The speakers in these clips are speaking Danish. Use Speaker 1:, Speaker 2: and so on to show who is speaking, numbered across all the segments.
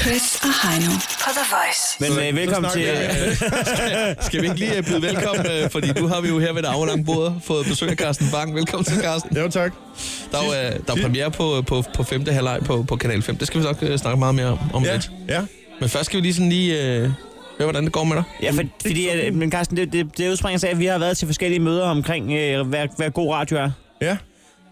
Speaker 1: Chris og Heino på The Voice.
Speaker 2: Men øh, velkommen til...
Speaker 3: Skal vi ikke lige øh, byde velkommen, øh, fordi du har vi jo her ved det aflange bord fået besøg af Carsten Bang. Velkommen til, Carsten.
Speaker 4: Jo, tak.
Speaker 3: Der er, jo, øh, der er premiere på, på, på femte halvleg på, på Kanal 5. Det skal vi nok øh, snakke meget mere om, om
Speaker 4: Ja,
Speaker 3: lidt.
Speaker 4: ja.
Speaker 3: Men først skal vi lige sådan lige øh, høre, hvordan det går med dig.
Speaker 2: øh, Ja, for, fordi, at, men Carsten, det, det, det udspringer sig af, at vi har været til forskellige møder omkring, øh, hvad, hvad god radio er.
Speaker 4: Ja,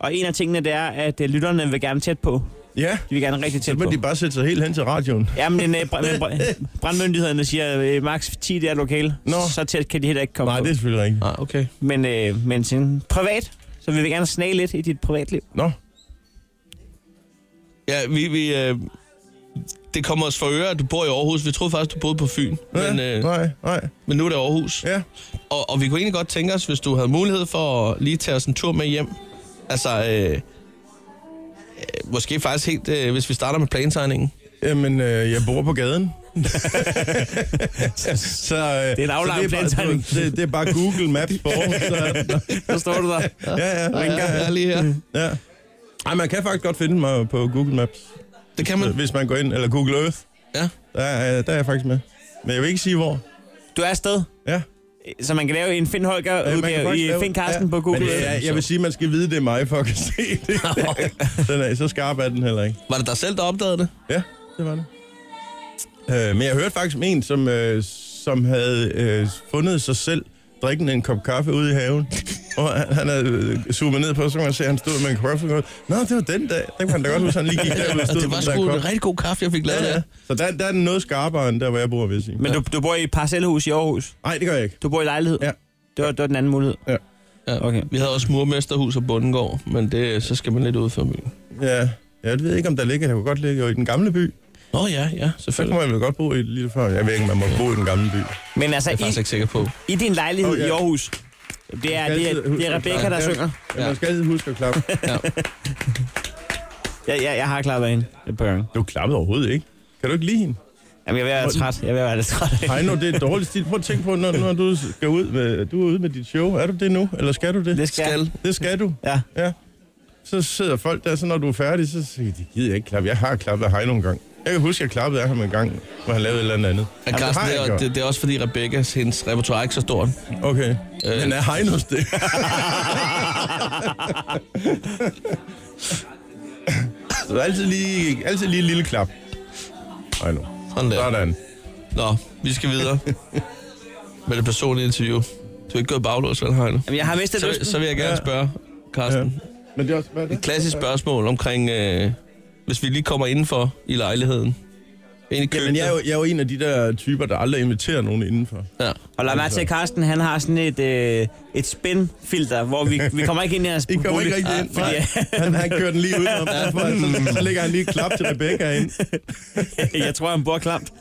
Speaker 2: Og en af tingene, det er, at øh, lytterne vil gerne tæt på.
Speaker 4: ja.
Speaker 2: De vil gerne rigtig
Speaker 4: Så
Speaker 2: tæt
Speaker 4: må
Speaker 2: på.
Speaker 4: de bare sætte sig helt hen til radioen.
Speaker 2: Ja, men øh, br- men br- brandmyndighederne siger, øh, maks 10 det er lokale.
Speaker 4: Nå.
Speaker 2: Så tæt kan de heller ikke komme
Speaker 4: Nej,
Speaker 2: på.
Speaker 4: det er selvfølgelig rigtigt.
Speaker 3: Ah, okay.
Speaker 2: Men, øh, men sådan, privat, så vi vil gerne snage lidt i dit privatliv.
Speaker 4: Nå,
Speaker 3: Ja, vi... vi øh, det kommer os for øre, at du bor i Aarhus. Vi troede faktisk, du boede på Fyn.
Speaker 4: ja,
Speaker 3: Men, øh,
Speaker 4: nej, nej,
Speaker 3: men nu er det Aarhus.
Speaker 4: ja.
Speaker 3: Og, og vi kunne egentlig godt tænke os, hvis du havde mulighed for at lige tage os en tur med hjem. Altså, øh, øh, måske faktisk helt, øh, hvis vi starter med plantegningen.
Speaker 4: Jamen, øh, jeg bor på gaden. så, øh, det
Speaker 2: en aflang plantegning.
Speaker 4: Det, det er bare Google Maps på Aarhus, så er den der.
Speaker 2: Så står du der.
Speaker 4: Ja,
Speaker 3: Ja,
Speaker 4: ja, ja, Mm.
Speaker 3: jeg
Speaker 4: ja,
Speaker 3: er lige her.
Speaker 4: ja. Ej, man kan faktisk godt finde mig på Google Maps,
Speaker 3: Det kan man.
Speaker 4: hvis man går ind, eller Google Earth.
Speaker 3: Ja.
Speaker 4: Der, er- øh, der er jeg faktisk med. Men jeg vil ikke sige, hvor.
Speaker 2: Du er afsted,
Speaker 4: Ja,
Speaker 2: så man kan lave en Finn
Speaker 4: øh, man kan
Speaker 2: Holger-udgave
Speaker 4: faktisk
Speaker 2: i
Speaker 4: lave-
Speaker 2: Finn Carsten på Google.
Speaker 4: Men det er, jeg vil sige, man skal vide, det er mig, for at kunne se det. den er, så skarp er den heller ikke.
Speaker 3: Var det dig selv, der opdagede det?
Speaker 4: Ja, det var det. Øh, men jeg hørte faktisk om en, som, øh, som havde øh, fundet sig selv drikkende en kop kaffe ude i haven. Og han, han havde øh, zoomet ned på, så man se, at han stod med en kaffe. og Nå, det var den dag. Den kan han da godt huske, han lige gik derud og
Speaker 3: Ja,
Speaker 4: stod
Speaker 3: Altså, det var
Speaker 4: med den
Speaker 3: sgu en
Speaker 4: der kop.
Speaker 3: rigtig god kaffe, jeg fik lavet ja,
Speaker 4: Ja,
Speaker 3: der.
Speaker 4: ja. Så der, der er den noget skarpere, end der, hvor jeg bor, vil jeg sige.
Speaker 2: Men du, du bor i et parcelhus i Aarhus.
Speaker 4: Nej, det gør jeg ikke.
Speaker 2: Du bor i lejlighed.
Speaker 4: Ja.
Speaker 2: Det var, det var den anden mulighed.
Speaker 4: Ja.
Speaker 3: Ja.
Speaker 2: Okay.
Speaker 3: Vi havde også murmesterhus og bundegård, men det, så skal man lidt ud for byen.
Speaker 4: Ja. Jeg ved ikke, om der ligger. Jeg kunne godt ligge jo i den gamle by.
Speaker 3: Nå ja, ja,
Speaker 4: Så kunne
Speaker 3: selvfølgelig.
Speaker 4: man vel godt bo i et lille før. Jeg ved ikke, om man må bo i den gamle by.
Speaker 2: Men altså,
Speaker 3: Jeg er faktisk
Speaker 2: i,
Speaker 3: ikke sikker på.
Speaker 2: i din lejlighed
Speaker 4: Oh, ja.
Speaker 2: i Aarhus, det er, det er, det er Rebecca, der synger.
Speaker 4: Ja, man skal altid huske at klappe.
Speaker 2: Jeg, jeg, jeg har klappet af hende et par gange.
Speaker 4: Du klappede overhovedet ikke. Kan du ikke lide hende?
Speaker 2: Jamen, jeg er ved at være træt. Jeg er ved at være lidt træt.
Speaker 4: Hej nu, det er dårligt stil. Prøv at tænke på, når, når du skal ud med, du er ude med dit show. Er du det nu, eller skal du det?
Speaker 2: Det skal.
Speaker 3: Skal.
Speaker 4: Det skal du,
Speaker 2: Ja.
Speaker 4: ja. Så sidder folk der, så når du er færdig, så siger de, det gider jeg ikke klappe. Jeg har klappet af Heino en gang. Jeg kan huske, jeg klappede af ham en gang, hvor han lavede et eller andet.
Speaker 3: Ja,
Speaker 4: det
Speaker 3: Carsten,
Speaker 4: har
Speaker 3: det,
Speaker 4: jeg
Speaker 3: er,
Speaker 4: gjort.
Speaker 3: det, det er også fordi Rebekkas, hendes repertoire er ikke så stort.
Speaker 4: Okay. Øh. Men er Heinos det? så altid lige, altid lige et lille klap. Heino.
Speaker 3: Sådan der.
Speaker 4: Sådan.
Speaker 3: Nå, vi skal videre med det personlige interview. Du er ikke gået baglås, vel, Heino?
Speaker 2: Jamen, jeg har mistet
Speaker 3: Så,
Speaker 2: lysten.
Speaker 3: så vil jeg gerne
Speaker 4: Ja.
Speaker 3: spørge,
Speaker 4: Ja.
Speaker 3: Carsten.
Speaker 4: Men det er også, hvad er det?
Speaker 3: Et klassisk spørgsmål omkring, øh, hvis vi lige kommer indenfor i lejligheden. Ind i køkkenet.
Speaker 4: Jamen, jeg er, jo, jeg er jo en af de der typer, der aldrig inviterer nogen indenfor.
Speaker 3: Ja.
Speaker 2: Og lad mig til, at Carsten han har sådan et, øh, et spin-filter, hvor vi, vi kommer ikke ind i hans
Speaker 4: I kommer ikke rigtig ind.
Speaker 2: fordi,
Speaker 4: Nej, han, han kører den lige ud om, så, så lægger han lige et klap til Rebecca ind.
Speaker 2: jeg tror, han bor klamt.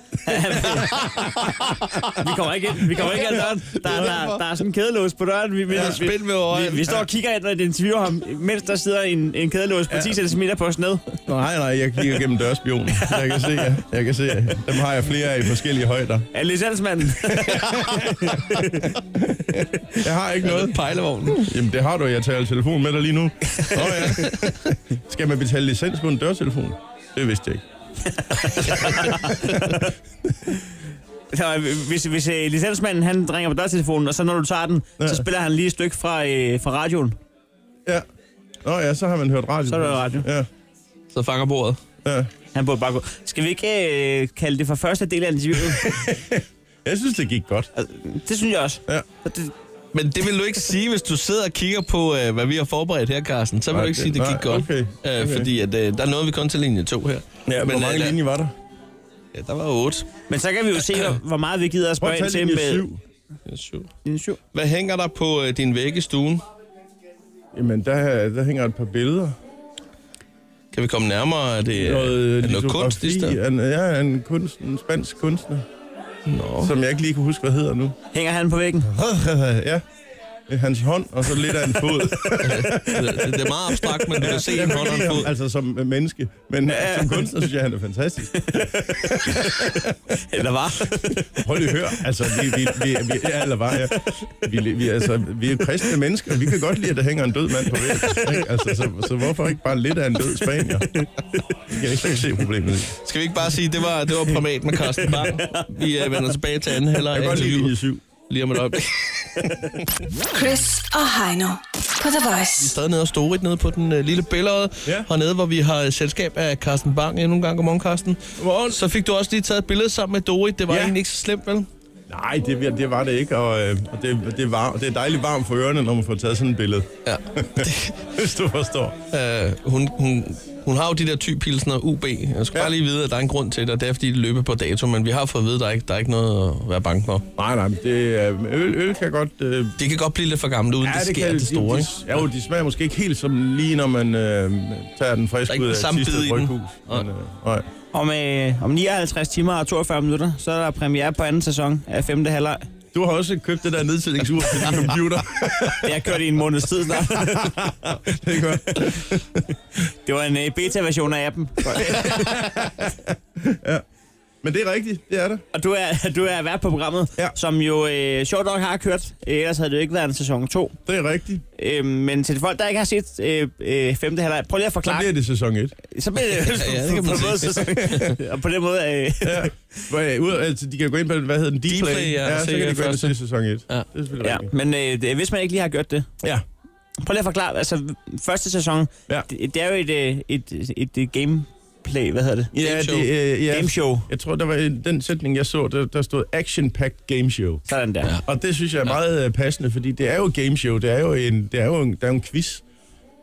Speaker 2: vi kommer ikke ind, vi kommer ikke ind ad døren. Der, er- der, der, er sådan en kædelås på døren. Vi, vi,
Speaker 3: Ja.
Speaker 2: vi,
Speaker 3: Spil med øjen.
Speaker 2: vi, vi står og kigger ind og interviewer ham, mens der sidder en, en kædelås på 10 cm på os ned.
Speaker 4: Nej, nej, jeg kigger gennem dørspionen. Jeg kan se, jer. jeg kan se. jer. Dem har jeg flere af i forskellige højder.
Speaker 2: Er licensmanden?
Speaker 4: Jeg har ikke noget.
Speaker 3: Noget pejlevognen.
Speaker 4: Jamen, det har du. Jeg tager telefon med dig lige nu. Oh, ja. Skal man betale licens på en dørtelefon? Det vidste jeg ikke.
Speaker 2: Nå, hvis, hvis øh, licensmanden han ringer på dørtelefonen, og så når du tager den, ja. så
Speaker 4: Ja.
Speaker 2: spiller han lige et stykke fra, øh, fra radioen.
Speaker 4: Ja. Nå ja, så har man hørt radio.
Speaker 2: Så er der radio.
Speaker 4: Ja,
Speaker 3: Så fanger bordet.
Speaker 4: ja.
Speaker 2: Han burde bare gå. Skal vi ikke øh, kalde det for første del af interviewet?
Speaker 4: Jeg synes, det gik godt.
Speaker 2: Altså, det synes jeg også.
Speaker 4: Ja.
Speaker 2: Og Det,
Speaker 3: Men det vil du ikke sige, hvis du sidder og kigger på, øh, hvad vi har forberedt her, Carsten. Så vil
Speaker 4: Nej,
Speaker 3: du ikke sige, at det
Speaker 4: nej,
Speaker 3: gik godt.
Speaker 4: okay,
Speaker 3: Øh,
Speaker 4: okay.
Speaker 3: Fordi at, øh, der nåede vi kun til linje 2 her.
Speaker 4: Ja,
Speaker 3: Men,
Speaker 4: hvor mange
Speaker 3: øh,
Speaker 4: linjer var der?
Speaker 3: Ja, der var 8.
Speaker 2: men så kan vi jo se, hvor, hvor meget vi gider at
Speaker 4: Prøv
Speaker 2: spørge
Speaker 4: at
Speaker 2: ind
Speaker 4: tage
Speaker 2: til
Speaker 4: linje
Speaker 2: med
Speaker 4: 7.
Speaker 2: din syv.
Speaker 3: Hvad hænger der på øh, din væg i stuen?
Speaker 4: Jamen, der, der hænger et par billeder.
Speaker 3: Kan vi komme nærmere? Er det,
Speaker 4: noget,
Speaker 3: noget, er det noget kunst i stedet?
Speaker 4: en, Ja, en, kunst, en spansk kunstner,
Speaker 3: Nå.
Speaker 4: som jeg ikke lige kan huske, hvad hedder nu.
Speaker 2: Hænger han på væggen?
Speaker 4: ja. hans hånd, og så lidt af en fod.
Speaker 3: øh, Det, det er meget abstrakt, men du kan se
Speaker 4: Jeg
Speaker 3: en
Speaker 4: kan
Speaker 3: hånd og
Speaker 4: ikke
Speaker 3: en
Speaker 4: lide ham,
Speaker 3: fod.
Speaker 4: altså som øh, menneske, men ja. som kunstner synes jeg, han er fantastisk.
Speaker 2: Eller var?
Speaker 4: Prøv lige at høre, altså vi, vi, vi, vi ja, eller var, ja. vi, vi, altså, vi er kristne mennesker, vi kan godt lide, at der hænger en død mand på væggen. ikke? Altså, så, så hvorfor ikke bare lidt af en død spanier? Jeg kan ikke se problemet i.
Speaker 3: Skal vi ikke bare sige, det var, det var privat med Carsten Bang. Vi øh, vender tilbage til anden halvleg
Speaker 4: Jeg
Speaker 3: af
Speaker 4: kan godt lide de
Speaker 3: interviewet
Speaker 4: syv.
Speaker 3: lige om et øjeblik.
Speaker 1: Chris og Heino på The Voice.
Speaker 3: Vi er stadig nede og storit nede på den øh, lille billede ja.
Speaker 4: Ja.
Speaker 3: hernede, hvor vi har øh, selskab af Carsten Bang endnu en gang. Godmorgen, Carsten. Godmorgen. Så fik du også lige taget et billede sammen med Dorit. Det var ja.
Speaker 4: Ja.
Speaker 3: egentlig ikke så slemt, vel?
Speaker 4: Nej, det, det var det ikke, og, øh, og det, det, var, det er dejligt varmt for ørerne, når man får taget sådan et billede.
Speaker 3: Ja.
Speaker 4: Hvis du forstår.
Speaker 3: Øh, hun, hun, hun har jo de der typilsner UB. Jeg skal ja.
Speaker 4: Ja.
Speaker 3: bare lige vide, at der er en grund til det, og det er fordi, det løber på dato, men vi har fået at vide, at der er ikke der er ikke noget at være bange for.
Speaker 4: Nej, nej, men det, er- øl, øl kan godt... Øh,
Speaker 3: Det kan godt blive lidt for gammelt, uden ja, det, det sker det store,
Speaker 4: de,
Speaker 3: ikke?
Speaker 4: de, ja, jo, de smager måske ikke helt som lige, når man øh, tager den
Speaker 3: Der er
Speaker 4: friske
Speaker 3: ikke
Speaker 4: ud
Speaker 3: den
Speaker 4: af
Speaker 3: samme
Speaker 4: sidste
Speaker 3: bid i den.
Speaker 4: bryghus. Men, øh, nej.
Speaker 2: Om, øh, om 59 timer og 42 minutter, så er der premiere på anden sæson af 5. halvleg.
Speaker 4: Du har også købt det der nedsætningsur til din computer.
Speaker 2: Det har jeg kørt i en måneds tid snart.
Speaker 4: det er godt.
Speaker 2: Det var en øh, beta-version af appen.
Speaker 4: Men det er rigtigt, det er det.
Speaker 2: Og du er, du er vært på programmet,
Speaker 4: Ja.
Speaker 2: som jo øh, sjovt nok har kørt. Øh, Ellers havde det jo ikke været en sæson 2.
Speaker 4: Det er rigtigt.
Speaker 2: Øh, men til folk, der ikke har set øh, øh, 5. halvleg, prøv lige at
Speaker 4: Så
Speaker 2: forklare.
Speaker 4: bliver det sæson 1.
Speaker 2: Så bliver det,
Speaker 3: Ja, ja, det kan man
Speaker 2: på, en måde,
Speaker 3: sige.
Speaker 2: sæson- og på den måde, øh,
Speaker 4: Ja. Hvor, øh, ud, altså, de kan gå ind på, hvad hedder den?
Speaker 3: Dplay,
Speaker 4: Dplay.
Speaker 3: ja,
Speaker 4: ja
Speaker 3: og
Speaker 4: så
Speaker 3: se,
Speaker 4: kan de
Speaker 3: øh,
Speaker 4: gå ind og
Speaker 3: første.
Speaker 4: se sæson 1. Ja. Det er selvfølgelig
Speaker 2: ja.
Speaker 4: rigtigt.
Speaker 2: Men øh, det- hvis man ikke lige har gjort det,
Speaker 4: Ja.
Speaker 2: Prøv lige at forklare, altså første sæson,
Speaker 4: Ja.
Speaker 2: det, det er jo et, øh, et, et, et gameplay, hvad hedder det?
Speaker 4: Ja,
Speaker 3: Gameshow.
Speaker 4: det, øh, ja.
Speaker 2: Game show.
Speaker 4: Jeg tror, der var en- den sætning, jeg så, der, der stod action-packed game show.
Speaker 2: Sådan der.
Speaker 3: Ja.
Speaker 2: Ja.
Speaker 4: Og det synes jeg er meget øh, passende, fordi det er jo et game show, det er jo en, det er jo en, der er jo en quiz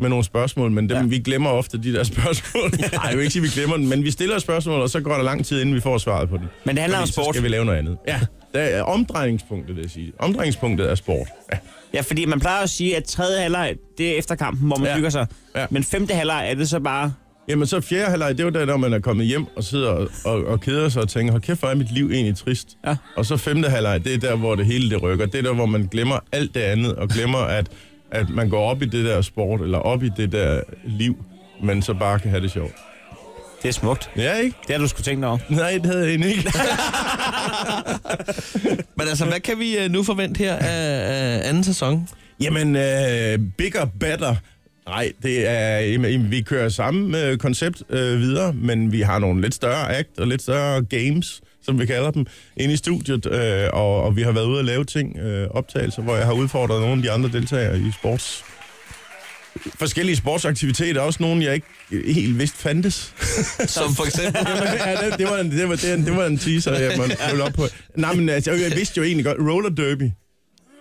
Speaker 4: med nogle spørgsmål, men dem,
Speaker 2: Ja.
Speaker 4: ja. vi glemmer ofte de der spørgsmål. Nej, jeg vil ikke sige, vi glemmer dem, men vi stiller et spørgsmål, og så går der lang tid, inden vi får svaret på den.
Speaker 2: Men det handler om
Speaker 4: Fordi Så
Speaker 2: sport.
Speaker 4: skal vi lave noget andet. Ja, det er omdrejningspunktet, vil jeg sige. Omdrejningspunktet er sport. Ja.
Speaker 2: ja, fordi man plejer at sige, at tredje halvleg, det er efter kampen, hvor man ja.
Speaker 4: Ja.
Speaker 2: hygger sig. Ja.
Speaker 4: Ja.
Speaker 2: Men femte halvleg er det så bare...
Speaker 4: Jamen så fjerde halvleg, det er jo der, når man er kommet hjem og sidder og, og, og keder sig og tænker, hold kæft, hvor er mit liv egentlig trist.
Speaker 2: Ja.
Speaker 4: Og så femte halvleg, det er der, hvor det hele det rykker. Det er der, hvor man glemmer alt det andet, og glemmer, at, at man går op i det der sport, eller op i det der liv, men så bare kan have det sjovt.
Speaker 2: Det er smukt.
Speaker 4: Ja, ikke?
Speaker 2: Det har du skulle tænke dig over.
Speaker 4: Nej, det havde jeg egentlig ikke.
Speaker 3: Men altså, hvad kan vi øh, nu forvente her af, af anden sæson?
Speaker 4: Jamen, øh, bigger, better. Nej, det er, jamen, vi kører samme øh, koncept øh, videre, men vi har nogle lidt større act og lidt større games, som vi kalder dem, inde i studiet, øh, og, og vi har været ude og lave ting, øh, optagelser, hvor jeg har udfordret nogle af de andre deltagere i sports. Forskellige sportsaktiviteter, også nogle, jeg ikke øh, helt vidste fandtes.
Speaker 3: Som for eksempel...
Speaker 4: ja, det, det, var en, det, var, det, var en, det var en teaser, jeg måtte følge op på. Nej, men altså, jeg vidste jo egentlig godt, roller derby.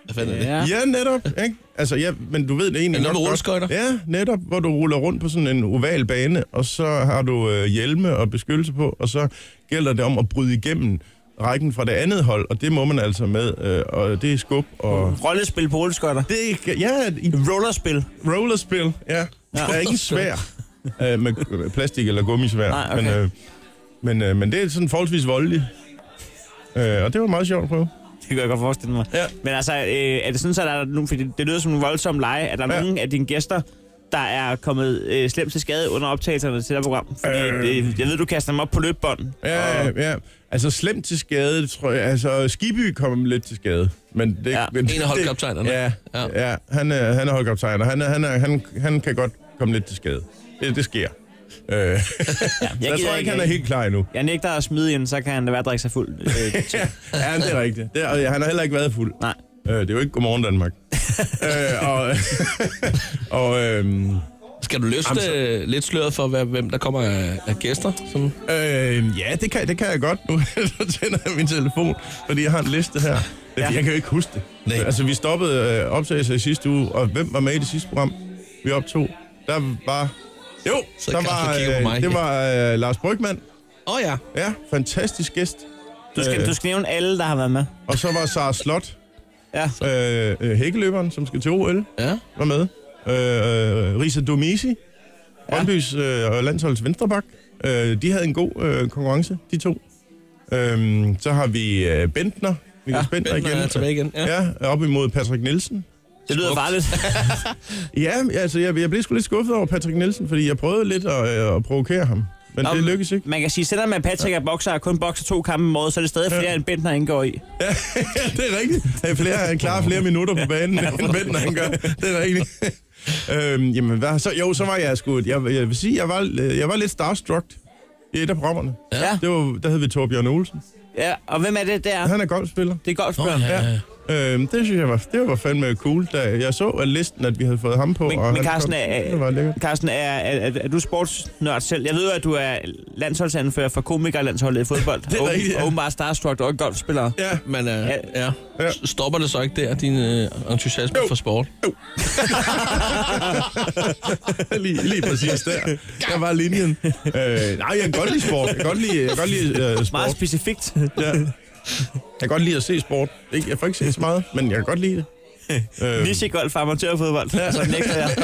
Speaker 3: Hvad fanden er det?
Speaker 2: Ja.
Speaker 4: Ja, netop. Ikke? Altså, ja, men du ved det egentlig
Speaker 3: Er det noget med
Speaker 4: nok godt.
Speaker 3: rulleskøjter?
Speaker 4: Ja, netop, hvor du ruller rundt på sådan en oval bane, og så har du øh, hjelme og beskyttelse på, og så gælder det om at bryde igennem rækken fra det andet hold, og det må man altså med, øh, og det er skub og...
Speaker 2: Rollespil på rulleskøjter.
Speaker 4: Det er, ja, i
Speaker 2: Rollerspil.
Speaker 4: rollerspil, ja. Der er ikke en svær øh, med øh, plastik eller gummisvær,
Speaker 2: Nej, okay.
Speaker 4: men, øh, men, øh, men det er sådan forholdsvis voldeligt. Øh, og det var meget sjovt at prøve.
Speaker 2: Det kan jeg godt forestille mig.
Speaker 4: Ja.
Speaker 2: Men altså, øh, er det sådan, så der er nogen, fordi det, det lyder som en voldsom leje, er der ja.
Speaker 4: Ja.
Speaker 2: nogen af dine gæster, der er kommet øh, slemt til skade under optagelserne til det her program? Fordi øh.
Speaker 4: Øh.
Speaker 2: det, jeg ved, du kaster dem op på løbbånd.
Speaker 4: Ja,
Speaker 2: og,
Speaker 4: ja, ja. Altså slemt til skade, tror jeg. Altså Skiby kom lidt til skade. Men det,
Speaker 2: Ja,
Speaker 4: men,
Speaker 3: en af
Speaker 4: det-
Speaker 3: holdkaptajnerne.
Speaker 4: Ja,
Speaker 3: Ja.
Speaker 4: ja. ja han, er, han er holdkaptajn, og han, er, han, er, han, han kan godt komme lidt til skade. Det, det sker. Øh, ja, jeg, jeg
Speaker 2: gider
Speaker 4: tror ikke, han
Speaker 2: ikke-
Speaker 4: er helt klar endnu.
Speaker 2: Jeg nægter at smide ind, så kan han da være at drikke sig fuld. Øh, til-
Speaker 4: Ja, men det er rigtigt. Det, er- og han har heller ikke været fuld.
Speaker 2: Nej.
Speaker 4: Øh, det er jo ikke Godmorgen Danmark. øh, og, og øhm,
Speaker 3: Skal du løfte
Speaker 4: Jamen,
Speaker 3: øh, lidt sløret for, hvad, hvem der kommer af, af gæster? Som...
Speaker 4: Øh, ja, det kan, det kan jeg godt. Nu så tænder jeg min telefon, fordi jeg har en liste her. Ja. Jeg kan jo ikke huske det.
Speaker 3: Nej.
Speaker 4: Altså, vi stoppede øh, optagelser i sidste uge, og hvem var med i det sidste program, vi optog? Der var... Jo,
Speaker 3: Så
Speaker 4: der
Speaker 3: Carsten
Speaker 4: var,
Speaker 3: kigger på mig.
Speaker 4: øh, det var øh, Lars Brygman.
Speaker 3: Åh oh, ja.
Speaker 4: Ja, fantastisk gæst.
Speaker 2: Du skal, du skal nævne alle, der har været med.
Speaker 4: Og så var Sara Slot,
Speaker 2: Ja.
Speaker 4: øh, øh, hækkeløberen, som skal til OL,
Speaker 3: Ja.
Speaker 4: var med. Øh, øh, Risa Domisi, Brøndbys øh, og landsholds venstrebak. Øh, de havde en god øh, konkurrence, de to. Øhm, så har vi øh, Bentner, Niklas ja, Bentner,
Speaker 3: Bentner
Speaker 4: igen.
Speaker 3: er tilbage igen, ja.
Speaker 4: ja. op imod Patrick Nielsen.
Speaker 2: Det lyder farligt.
Speaker 4: Ja, men altså, jeg, jeg blev sgu lidt skuffet over Patrick Nielsen, fordi jeg prøvede lidt at, øh, at provokere ham. Men
Speaker 2: Nå,
Speaker 4: det
Speaker 2: men-
Speaker 4: lykkedes ikke.
Speaker 2: Man kan sige, selvom man Patrick er bokser og kun bokser to kampe om året, så er det stadig flere, end Bentner indgår i.
Speaker 4: Ja, det er rigtigt. Han, er flere, han klarer flere minutter på banen, end Bentner han gør. Det er rigtigt. øhm, jamen, hvad, så, jo, så var jeg sgu... Jeg, jeg vil sige, jeg var, øh, jeg var lidt starstruck i et af programmerne.
Speaker 2: Ja.
Speaker 4: Det var, der hed vi Torbjørn Olsen.
Speaker 2: ja. Og hvem er det der?
Speaker 4: Han er golfspiller.
Speaker 2: Det er godt
Speaker 3: Nå,
Speaker 2: spørgsmål.
Speaker 3: ja, ja.
Speaker 4: Øhm, det synes jeg var, det var fandme cool, da jeg så at listen, at vi havde fået ham på.
Speaker 2: Men-
Speaker 4: og
Speaker 2: men
Speaker 4: han
Speaker 2: Carsten, øh,
Speaker 4: kom.
Speaker 2: er-
Speaker 4: det var lækkert.
Speaker 2: Carsten, er, er, er, er du sportsnørd selv? Jeg ved jo, at du er landsholdsanfører for komikerlandsholdet i fodbold. det
Speaker 4: er rigtigt, ja.
Speaker 2: Og åbenbart starstruck og også golfspiller.
Speaker 4: Ja,
Speaker 3: Men øh,
Speaker 2: Ja.
Speaker 3: ja.
Speaker 4: Ja.
Speaker 3: S- stopper det så ikke der, din øh, entusiasme
Speaker 4: Jo.
Speaker 3: for sport?
Speaker 4: lige, lige præcis der. Der var linjen. Øh, nej, jeg kan godt lide sport. Jeg kan godt lide, jeg kan godt lide øh,
Speaker 2: Meget
Speaker 4: sport.
Speaker 2: specifikt.
Speaker 4: Ja. Jeg kan godt lide at se sport. Ikke, jeg får ikke set så meget, men jeg kan godt lide det. Øh,
Speaker 2: Niche golf og amatørfodbold. Ja. Så nægter jeg.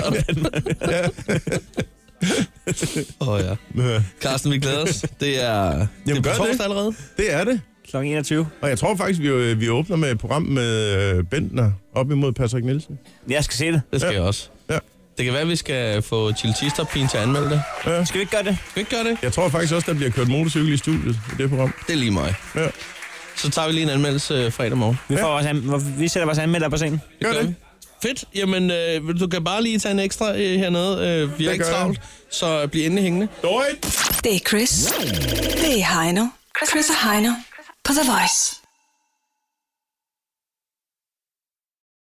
Speaker 3: Åh oh, ja.
Speaker 4: øh,
Speaker 3: Carsten, vi glæder os. Det er, det er
Speaker 4: gør
Speaker 3: på
Speaker 4: det.
Speaker 3: torsdag allerede.
Speaker 4: det er det.
Speaker 2: Kl. 21.
Speaker 4: Og jeg tror faktisk, vi, øh, vi åbner med et program med øh, Bentner op imod Patrick Nielsen.
Speaker 2: Jeg skal se det.
Speaker 3: Det skal
Speaker 4: Ja.
Speaker 3: jeg også.
Speaker 4: Ja.
Speaker 3: Det kan være, at vi skal få Chili Cheese Top Pin til at anmelde det.
Speaker 2: Skal vi ikke gøre det?
Speaker 3: Skal vi ikke gøre det?
Speaker 4: Jeg tror faktisk også, der bliver kørt motorcykel i studiet i det program.
Speaker 3: Det er lige mig.
Speaker 4: Ja.
Speaker 3: Så tager vi lige en anmeldelse øh, fredag morgen.
Speaker 2: Vi, får vores an- vi sætter vores anmelder på scenen.
Speaker 4: Gør det.
Speaker 3: vi. Fedt. Jamen, øh, du kan bare lige tage en ekstra øh, hernede. Øh, vi er
Speaker 4: Det
Speaker 3: ikke
Speaker 4: gør jeg.
Speaker 3: travlt, så bliv endelig hængende.
Speaker 4: Døjt!
Speaker 1: Det er Chris. Det er Heino. Chris og Heino på The Voice.